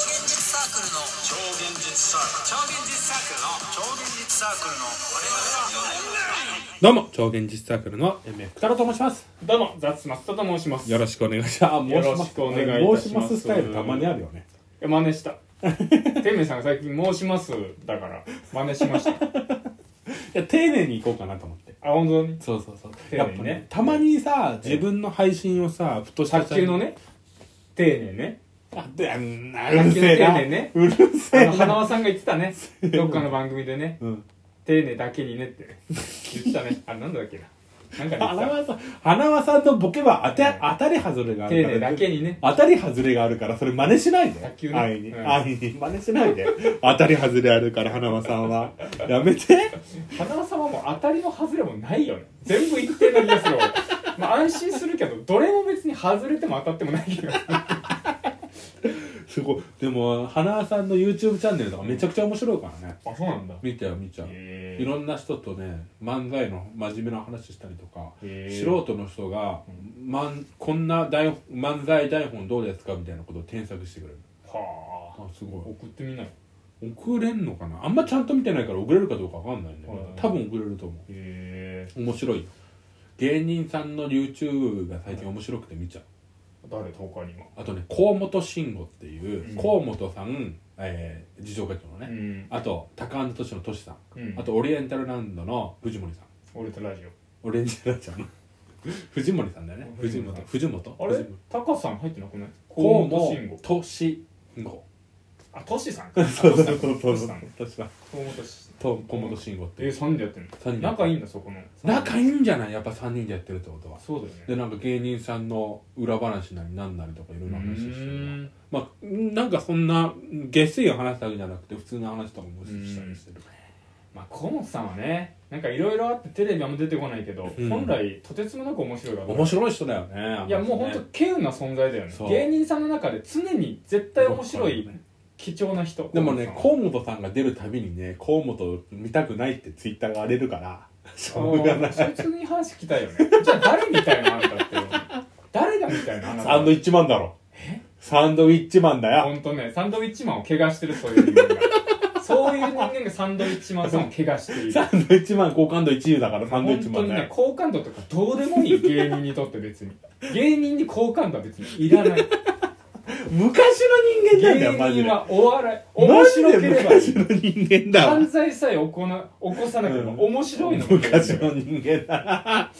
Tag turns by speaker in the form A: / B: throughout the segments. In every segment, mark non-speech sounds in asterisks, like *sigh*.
A: ークルの
B: 超現実サーク
A: 超現実サークルの
B: ル超現実サークルの
C: どうも超現実サークルの MF 太郎と申します
D: どうも、ザッツマスタと申します。
C: よろしくお願いします
D: よろしくお願いいたしま
C: 申しま
D: す
C: すスタイルたまにあるよね
D: え真似した。
C: *laughs*
D: てめえさんが最近申しますだから、真似しま *laughs* した。
C: いや丁寧にいこうかなと思って
D: あ、本当に
C: そうそうそう
D: 丁
C: やっぱ
D: 寧にね
C: ねたまにさ自分の配信をさふとした
D: 卓球のね、丁寧ね。
C: あであんなう
D: 卓
C: る
D: 球
C: せ
D: の丁
C: えな
D: 寧ね
C: うるせ
D: あ
C: え
D: の、花
C: な
D: 輪さんが言ってた *laughs* ね。どっかの番組でね、
C: うん
D: 丁寧だけにねって言ってた *laughs* ね。あ、なんだっけな。なんか
C: 花
D: 言って
C: 輪さん花輪さんのボケは当て当たり外れが
D: た。
C: ある
D: 丁
C: か
D: 寧
C: ら
D: だけにね。
C: 当たり外れがあるからそれ真似しないで
D: 卓球ね
C: 安易に、
D: うん
C: 安易に真似しないで当たり外れあるから花輪さんはやめて
D: 花輪さんはもう当たりも外れもないよね。全部一定な気がする。俺まあ安心するけど、どれも別に外れても当たってもない気がする。
C: すごいでも花輪さんの YouTube チャンネルとかめちゃくちゃ面白いからね
D: *laughs* あ、そうなんだ。
C: 見ちゃう見ちゃういろんな人とね漫才の真面目な話したりとか
D: へー
C: 素人の人が、まん、こんな台本漫才台本どうですかみたいなことを添削してくれる
D: はあ
C: あすご
D: 送ってみない
C: い送れんのかなあんまちゃんと見てないから送れるかどうかわかんないんだけど
D: はい
C: 多分送れると思
D: へえ
C: う面白いよ芸人さんの YouTube が最近面白くて見ちゃう
D: 誰他にも
C: あとね河本慎吾っていう、
D: うん
C: 河本さん、えー、次長課長のね、
D: ん
C: あと高安敏のトシさん、
D: うん
C: あとオリエンタルランドの藤森さん
D: 俺とラジ
C: オレンジラちゃんの *laughs* 藤森さんだよね藤
D: 藤森
C: 本
D: さん
C: 藤本
D: オあ
C: 藤
D: れ
C: 本
D: タカさん入ってなくない
C: 河
D: 本慎
C: 本
D: 吾
C: 俊吾
D: あトシさ *laughs* んか
C: そうそうそうそう
D: トシ
C: 確
D: さ
C: か
D: ん河本慎吾
C: と河本慎吾ってい
D: え
C: う
D: 三人でやってん
C: 三人で
D: の仲いいんだそこの
C: 仲いいんじゃないやっぱ3人でやってるってことは
D: そうだよ
C: で
D: ね
C: なんか芸人さんの裏話なりなんなりとかいろいろ話して
D: うー
C: る
D: ん
C: まあなんかそんな下水を話すだけじゃなくて普通の話とかもしたりしてる
D: まあ河本さんはねなんかいろいろあってテレビはも出てこないけど
C: うん
D: 本来とてつもなく面白いから
C: 面白い人だよね
D: いやもう本当稀有な存在だよね
C: そう
D: 芸人さんの中で常に絶対面白い貴重な人
C: でもね
D: 河
C: 河本さんが出るたびにね河本見たくないってツイッターが荒れるからしょうが
D: 本
C: な
D: さん
C: い
D: そいつに話聞きたいよねじゃあ誰みたいなあんたって誰だみたいなあん
C: サンドイッチマンだろサンドイッチマンだよ
D: 本当ねサンドウィッチマンを怪我してるそういう人間
C: *laughs*
D: がそういう人間がサンドウィッチマンさんを怪我している
C: サンドイッチマン好感度1位だからサンドイッチ
D: 本
C: マ
D: 当
C: ン
D: に
C: だよ
D: ね好感度とかどうでもいい芸人にとって別に芸人に好感度は別にいら
C: *laughs*
D: ない
C: 昔の人間なんだよ
D: 芸
C: マジ
D: 人
C: で
D: はお笑い面
C: マジ
D: 白け
C: で
D: ればい
C: 昔
D: い
C: の人間だわ
D: 犯罪さえ行な起こさなければ
C: うん
D: 面白いのも芸人
C: 昔の人間だ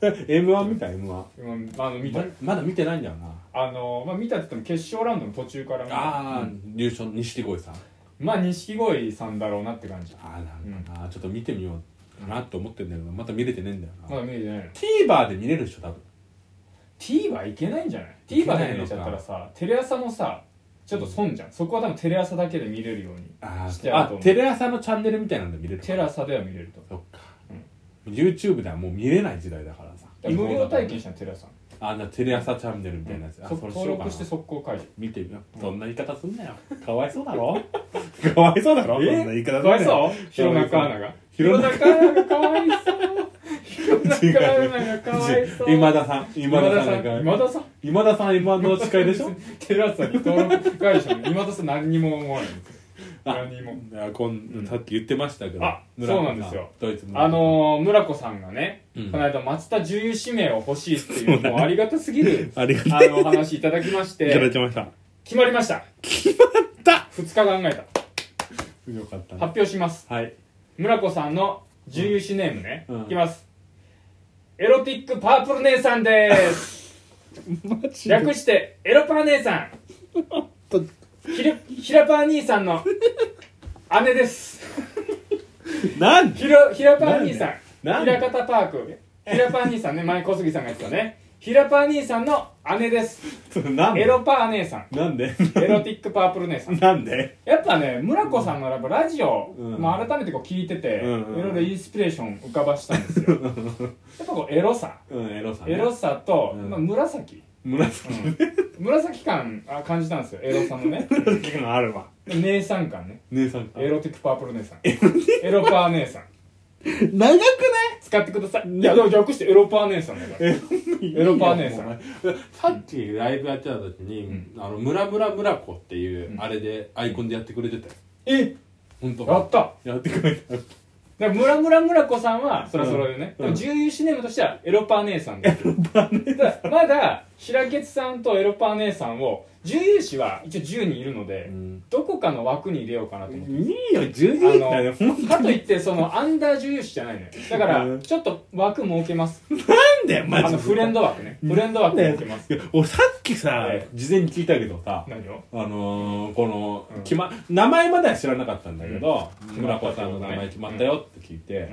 C: M1 見た M1
D: うんあの見た
C: ままだ見てないんだよな
D: あのまあ見たって言っても決勝ラウンドの途中から見た
C: ああ優勝錦鯉さん
D: まあ錦鯉さんだろうなって感じ
C: ああなんかなちょっと見てみようかなと思ってんだけどまた見れてねえんだよ
D: まだ
C: な
D: 見えてないの
C: TVer で見れるでしょ多分
D: TVer いけないんじゃない
C: いけないの
D: ?TVer
C: か
D: で見れちゃったらさテレ朝もさちょっと損じゃんそこは多分テレ朝だけで見れるように
C: あ
D: して
C: あ
D: あると思う
C: テレ朝のチャンネルみたいなんで見れる
D: テレ朝では見れると
C: そっか、YouTube ではもう見れない時代だからさ
D: だから無料体験したのテレ朝
C: あんなテレ朝チャンネルみたいなやつ、あ
D: そ
C: それし
D: 登
C: ようか
D: 録
C: な
D: して速攻解除
C: 見てみようそんな言い方すん
D: *laughs*
C: なよかわいそうだろ *laughs* かわいそうだろそんな言い方すん
D: かわ
C: ないよ
D: そう弘中アナが
C: 弘
D: 弘中アナがかわいそう弘中アナがかわいそう
C: 今田さん今
D: 今
C: 田さ
D: 田さ
C: ん
D: ん
C: 今
D: 今田さん
C: 今田さん M1 の誓いでしょ
D: テレ朝に登録解除の今田さん何にも思わないんですよ
C: あ
D: *laughs* 何にも
C: いやこんさっき言ってましたけど
D: あ
C: 村子さ
D: そうなんですよ
C: ドイツ村子
D: あのー、村子さんがね、
C: うん
D: この間松田重油指名を欲しいっていうもうありがたすぎ *laughs* る
C: ありがとう
D: あのお話いただきまし
C: いただ
D: て
C: きました
D: 決まりました決ま
C: た
D: 2日考えた
C: よかったね
D: 発表します
C: はい
D: 村子さんの重油指ネームね、
C: うん
D: いきますエロティックパープル姉さんです
C: *laughs* マジ
D: 略してエロパー姉さん
C: と
D: ひらひらパー兄さんの姉です
C: なんで
D: ひら、ひらパー兄さん。
C: なん
D: ひ
C: で
D: らかたパーク。ひらパー兄さんね、前小杉さんが言ってたね。ひらパー兄さんの姉です。
C: それなんで
D: エロパー姉さん。
C: なんで
D: エロティックパープル姉さん。
C: なんで
D: やっぱね、村子さんのやっぱラジオ、
C: うん
D: まあ改めてこう聞いてて、い
C: うんうん
D: ろいろインスピレーション浮かばしたん
C: *laughs*
D: ですよ。やっぱこうエロさ。
C: うんエロさんね
D: エロさと、
C: うん
D: まあ紫。
C: 紫
D: 紫感あ感じたんですよ、エロさんの
C: *laughs*
D: ね。
C: 紫感あるわ
D: 姉さん感ね。
C: 姉さんか *laughs*
D: エロティックパープル姉さん。エロパー姉さん。
A: 長くない
D: 使ってくださいいやでも略してエロパー姉さんだからエロパー姉さん
C: もうお前さっきライブやってた時に、あの、ムラムラムラコっていう、あれで、アイコンでやってくれてたよ。
D: え
C: ほんと。
D: やった
C: やってくれた。
D: だから村村村子さんはそれはそれでね、でも重優シネームとしてはエロパー姉さんエロパー姉さんまだ白月さんとエロパー姉さんを重優氏は一応10人いるので、
C: うん
D: どこかの枠に入れようかなと思って、
A: いいよ、十分だよ。ほん
D: かといってそのアンダー重優氏じゃないのよだから
A: うん
D: ちょっと枠設けます
A: だよ、マ
D: あ
A: ジ
D: の
A: で。
D: フレンド枠ねフレンド枠設けます
A: いや俺さっきさ、
D: え
C: 事前に聞いたけどさ、
D: 何を
C: あのー、この、
D: うん
C: 決ま、名前までは知らなかったんだけど、
D: うん
C: 村子さんの名前決まったよって聞いて、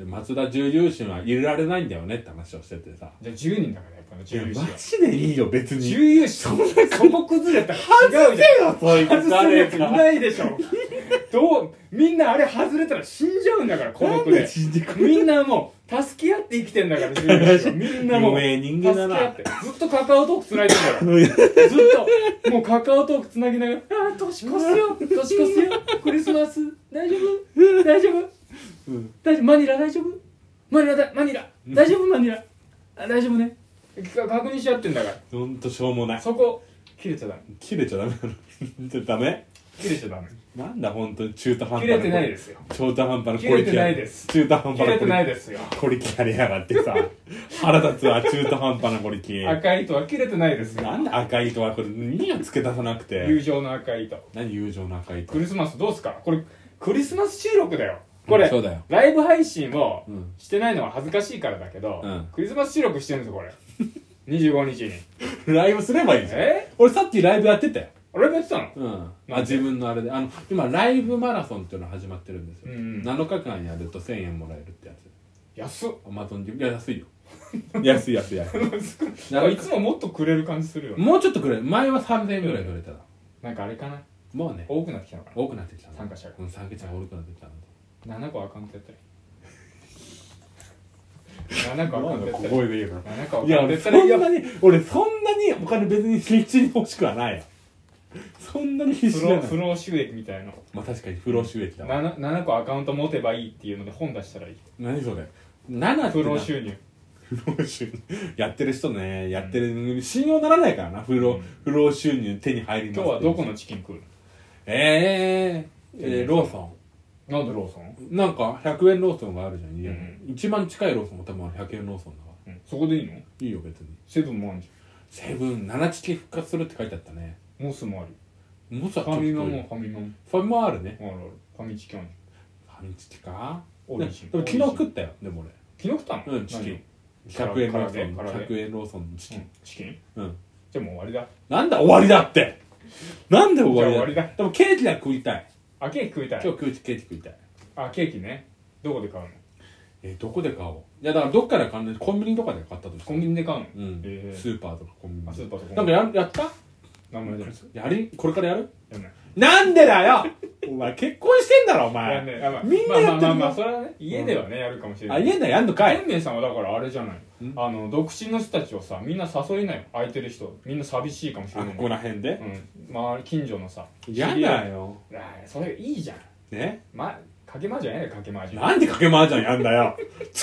C: で松田重優心は入れられないんだよねって話をしててさ。
D: じゃあ10人だからやっぱ
C: いや
D: 重優氏
C: マ
D: は
C: ジでいいよ、別に。
D: 重優氏そこ崩れたら違うじゃん
C: そういうこと
D: 外
C: あ
D: す
C: る
D: や
C: や
D: つ
C: つ
D: い
C: が
D: ないでしょどうみんなあれ外れたら死んじゃうんだから孤独で
A: 信じ込
D: みんなもう助け合って生きてんだから重 *laughs* 要みんなもう
C: 有名人間だな
D: 助け合ってずっとカカオトークつないでんだからずっともうカカオトークつなぎながら「ああ年越すよ年越すよクリスマス大丈夫大丈夫、大丈夫マニラ大丈夫マニラだマニラ大丈夫マニラあ大丈夫ね」か確認し合ってんだか
C: ほんとしょうもな
D: ら
C: い。
D: そこ切れちゃダメ
C: 切れちゃダメなの。ちょっとダメ
D: 切れちゃダメ
C: なんだ本当に中途半端。
D: 切れてないですすよ
C: 中途半端な
D: 切れてないです
C: 中途半端
D: 切れてない
C: な
D: ですよ
C: これキャリやがってさ腹立つわ中途半端なこれキ
D: 赤い糸は切れてないですよ
C: なんで赤い糸はこれ2を付け出さなく
D: 友
C: て
D: 情の赤い糸
C: 何友情の赤い糸
D: クリスマスどうすかこれクリスマス収録だよこれ、
C: そうだよ
D: ライブ配信を
C: うん
D: してないのは恥ずかしいからだけど、
C: うん
D: クリスマス収録してるんですよこれ *laughs* 25日に
C: ライブすればいいじゃん
D: え
C: 俺さっきライブやってたよ
D: 俺もやってたの
C: うん
D: なん
C: あ
D: で
C: 自分のあれであの今ライブマラソンっていうの始まってるんですよ、
D: うんうん
C: 7日間やると1000円もらえるってやつ
D: 安っ
C: アマゾンでいや安いよ安い安い安 *laughs* い
D: なんかいつももっとくれる感じするよね
C: もうちょっとくれる前は3000円ぐらいくれたら、
D: なんかあれかな
C: もうね
D: 多くなってきたのか
C: 多くなってきたな
D: 参加者が
C: うん参加者が多くなってきたの
D: な7個アカウントやったり7個アカウントやったり
C: 声で言うから
D: 7個アカウン
C: い
D: ト
C: や
D: や
C: 俺
D: っ
C: そ
D: た
C: ん
D: りいや
C: なに俺そんなにお金別に必死に欲しくはないよそんなに必死じ
D: 不
C: ゃ
D: 労
C: な
D: 不
C: い
D: 労収益みたいな
C: まあ確かに不労収益だわ
D: 7, 7個アカウント持てばいいっていうので本出したらいい
C: 何それ7って
D: 不労
C: な
D: 収入
C: 不労収入やってる人ねやってる、信用ならないからな不労,、
D: うん
C: 不労収入手に入ります
D: 今日はどこのチキン食う
C: えー、えー、ローソ
D: のなんでローソン、
C: ンなんか100円ローソンがあるじゃん家に、
D: うん
C: 一番近いローソンも多分100円ローソンだわ
D: うん、そこでいいの
C: いいよ別に
D: セブンもあるじ
C: セブン7チキ復活するって書いてあったね
D: ゃんモスもある
C: もうさ
D: ファミマもファミマも
C: ファミマあるね
D: あるあるファミチキある
C: ファミチキか
D: 美味しい
C: でも昨日食ったよでも
D: 昨日食ったの
C: 俺うんチキン
D: 何
C: 100円ローソン
D: 唐揚げ唐揚
C: 100円ローソンのチキ
D: う
C: ン
D: んチキン
C: うん
D: じゃあもう終わりだ
C: なんだ終わりだってなんで終わりだ
D: じゃあ終わりだ
C: でもケーキは食いたい
D: あケーキ食いた
C: 今
D: い
C: 日ケーキケーキ食いたい
D: あケーキねどこで買うの
C: えどこで買おういやだからどっから買うのコンビニとかで買ったとして
D: コンビニで買うの
C: うん
D: えー
C: スーパーとかコンビ
D: あスー
C: ニ
D: パーと
C: なんかややった
D: 何もやってない
C: やりこれからやる
D: やんない
C: なんでだよお前結婚してんだろお
D: やん
C: 前
D: ないあまあ
C: みんなやってる
D: まあまあまあまあそれはね家ではねやるかもしれな
C: あ
D: い
C: 家でやんのかい
D: 天明さんはだからあれじゃないあの独身の人たちをさみんな誘いなよ空いてる人みんな寂しいかもしれ
C: あ
D: な
C: こ
D: い
C: こら辺で
D: うん周り近所のさ
C: 嫌だよ
D: 知り合いあーそれいいじゃん
C: ね
D: ま掛け麻雀やれ掛け麻雀
C: なんで掛け麻雀やんだよ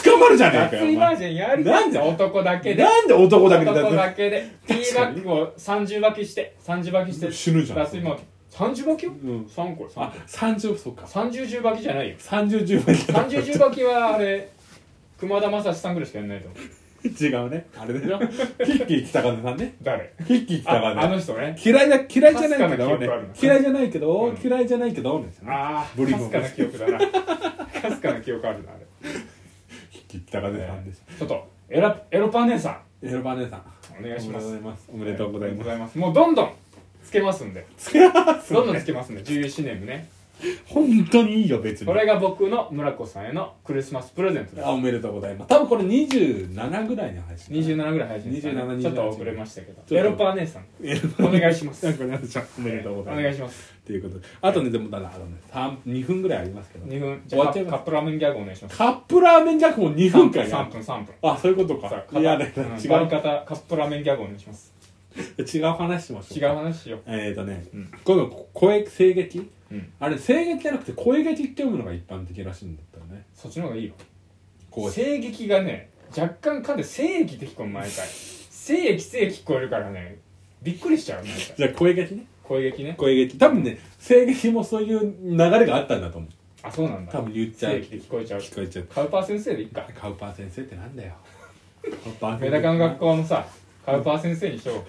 C: 捕まるじゃねえか
D: 脱
C: よお
D: 衣
C: 前
D: 麻雀やる
C: なんで
D: 男だけで
C: なんで男だけで
D: 男
C: だ
D: だけでティーバッグを30分けして30分けして
C: って死ぬじゃん
D: 脱衣麻雀30分けよ
C: うん
D: 3個
C: あ三30そうか
D: 30十分けじゃないよ
C: 30十倍だ
D: 30十分けはあれ熊田正史さんぐらいしかやんないと思う
C: 違うねあれでしょヒッキー北風さんね
D: 誰
C: ヒッキー北
D: ああ
C: 風
D: の人ね
C: 嫌いだ嫌いじゃないけ
D: かすかな記
C: ど
D: 憶あるな
C: ね嫌いじゃないけ
D: う
C: ど
D: ん
C: 嫌いじゃないけどですよね
D: ああ
C: ブリ
D: か
C: ブ
D: す
C: リ
D: かな記憶だなかすかな記憶あるなあれ
C: ヒッキー北風さんです
D: ちょっとエラエロパン姉さ
C: エロバ姉さん
D: んお願いします
C: おめでとうございますおめでとうございます
D: もうどんどんつけますんでどんどんつけますんで重要シネームね
C: 本当にいいよ別に
D: これが僕の村子さんへのクリスマスプレゼントです
C: あおめでとうございます多分これ27ぐらいに配信
D: 27ぐらい配信した
C: 27 28
D: ちょっと遅れましたけど
C: と
D: エロパー姉さんお願いします
C: なんかねじゃあおめでとうございます
D: お願いします
C: っていうことであとねでもだなあのね三2分ぐらいありますけど
D: 2分じ
C: 終
D: ゃあ
C: わ
D: カ
C: っちゃいま
D: ッ
C: す
D: プラーメンギャグお願いします
C: カップラーメンジャックも2分間や
D: 3分3分
C: あそういうことか
D: さあ
C: いやだ
D: 片うん
C: 違
D: バリ
C: う
D: カタカップラーメンギャグお願いします
C: 違う話しましょう
D: 違う話しよう
C: えーとね
D: うん
C: 今度声声撃
D: うん
C: あれ声撃じゃなくて声撃って読むのが一般的らしいんだったよね
D: そっちの方がいいよ
C: こう
D: 声劇がね若干噛んで声液って聞こえる毎回声液声液聞こえるからねびっくりしちゃう毎回
C: じゃあ声劇ね
D: 声劇ね
C: 声劇多分ね声劇もそういう流れがあったんだと思う
D: あそうなんだ
C: 多分言っちゃう
D: 声液って聞こえちゃう
C: 聞こえちゃう
D: カウパー先生でいっか
C: カウパー先生ってなん
D: *laughs*
C: だよカウパー
D: メダカの学校のさカウパー先生にしよう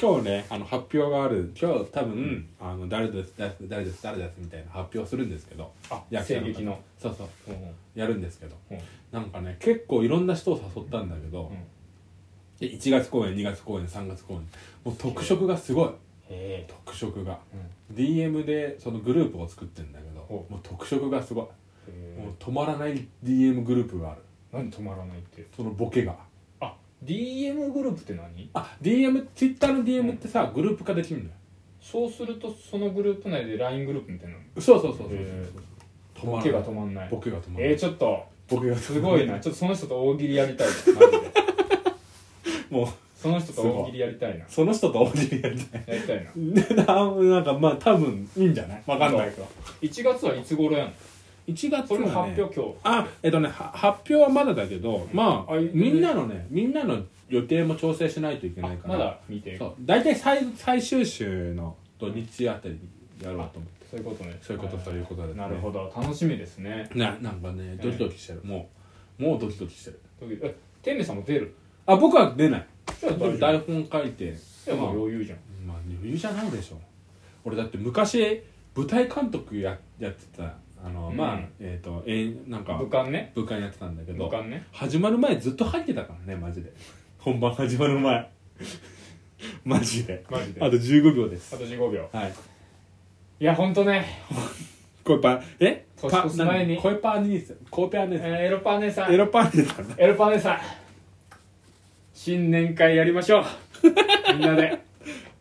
C: 今日ねあの発表がある今日多分、あの誰です誰です誰です誰ですみたいな発表するんですけど
D: あ
C: 役者
D: 声
C: 方
D: 劇の
C: そうそう
D: うんうん
C: やるんですけど
D: うん
C: なんかね結構いろんな人を誘ったんだけど、
D: うん
C: で1月公演2月公演3月公演もう特色がすごい
D: へえ
C: 特色が DM でそのグループを作ってんだけど
D: ほ
C: もう特色がすごいもう止まらない DM グループがある
D: 何止まらないって
C: そのボケが
D: あ DM グループって何
C: あ DMTwitter の DM ってさ、グループ化できるのよ
D: そうするとそのグループ内で LINE グループみたいなの
C: そうそうそうそう
D: へ
C: そう
D: ボケが止まんない
C: ボケが止まらない
D: えー、ちょっと
C: ボケが
D: すごいなちょっとその人と大喜利やりたいなマジで
C: もう
D: その人と大喜利やりたいな
C: その人と大喜利やりたい
D: やりたいな
C: なんかまあ多分いいんじゃないわかんないけど
D: 1月はいつ頃やん
C: 1月
D: それも
C: はね
D: 発表今日
C: あえっとねは発表はまだだけどまあ
D: あい
C: みんなのねみんなの予定も調整しないといけない
D: あ
C: から
D: まだ見て
C: そう大体最最終週の土日あたりにやろうと思って
D: そういうことね
C: そういうこと
D: は
C: そういうことですね
D: なるほど楽しみですね
C: ななんかねドキドキしてるもうもうドキドキしてる
D: え天明さんも出る
C: あ僕は出ない
D: じゃあ
C: でも
D: 大丈
C: 台本書いて
D: 夫
C: まあ
D: もう余裕じゃん
C: まあ余裕じゃないでしょ俺だって昔舞台監督ややってたあの、
D: うん
C: まあえっ、とえーなんか
D: 武漢ね
C: 部官やってたんだけ
D: 武
C: ど
D: 漢ね
C: 始まる前ずっと入ってたからねマジで本番始まる前 *laughs* マジで
D: マジで
C: あ
D: あ
C: と15秒です
D: と15秒
C: はい
D: いやほんとね
C: コイパーえ
D: 年越す
C: パ
D: 前に
C: なんだコイパー兄さんコイパー
D: え
C: 兄さん
D: ーエロパー姉さん
C: エロパー兄さんだ
D: エルパネさん新年会やりましょうみんなで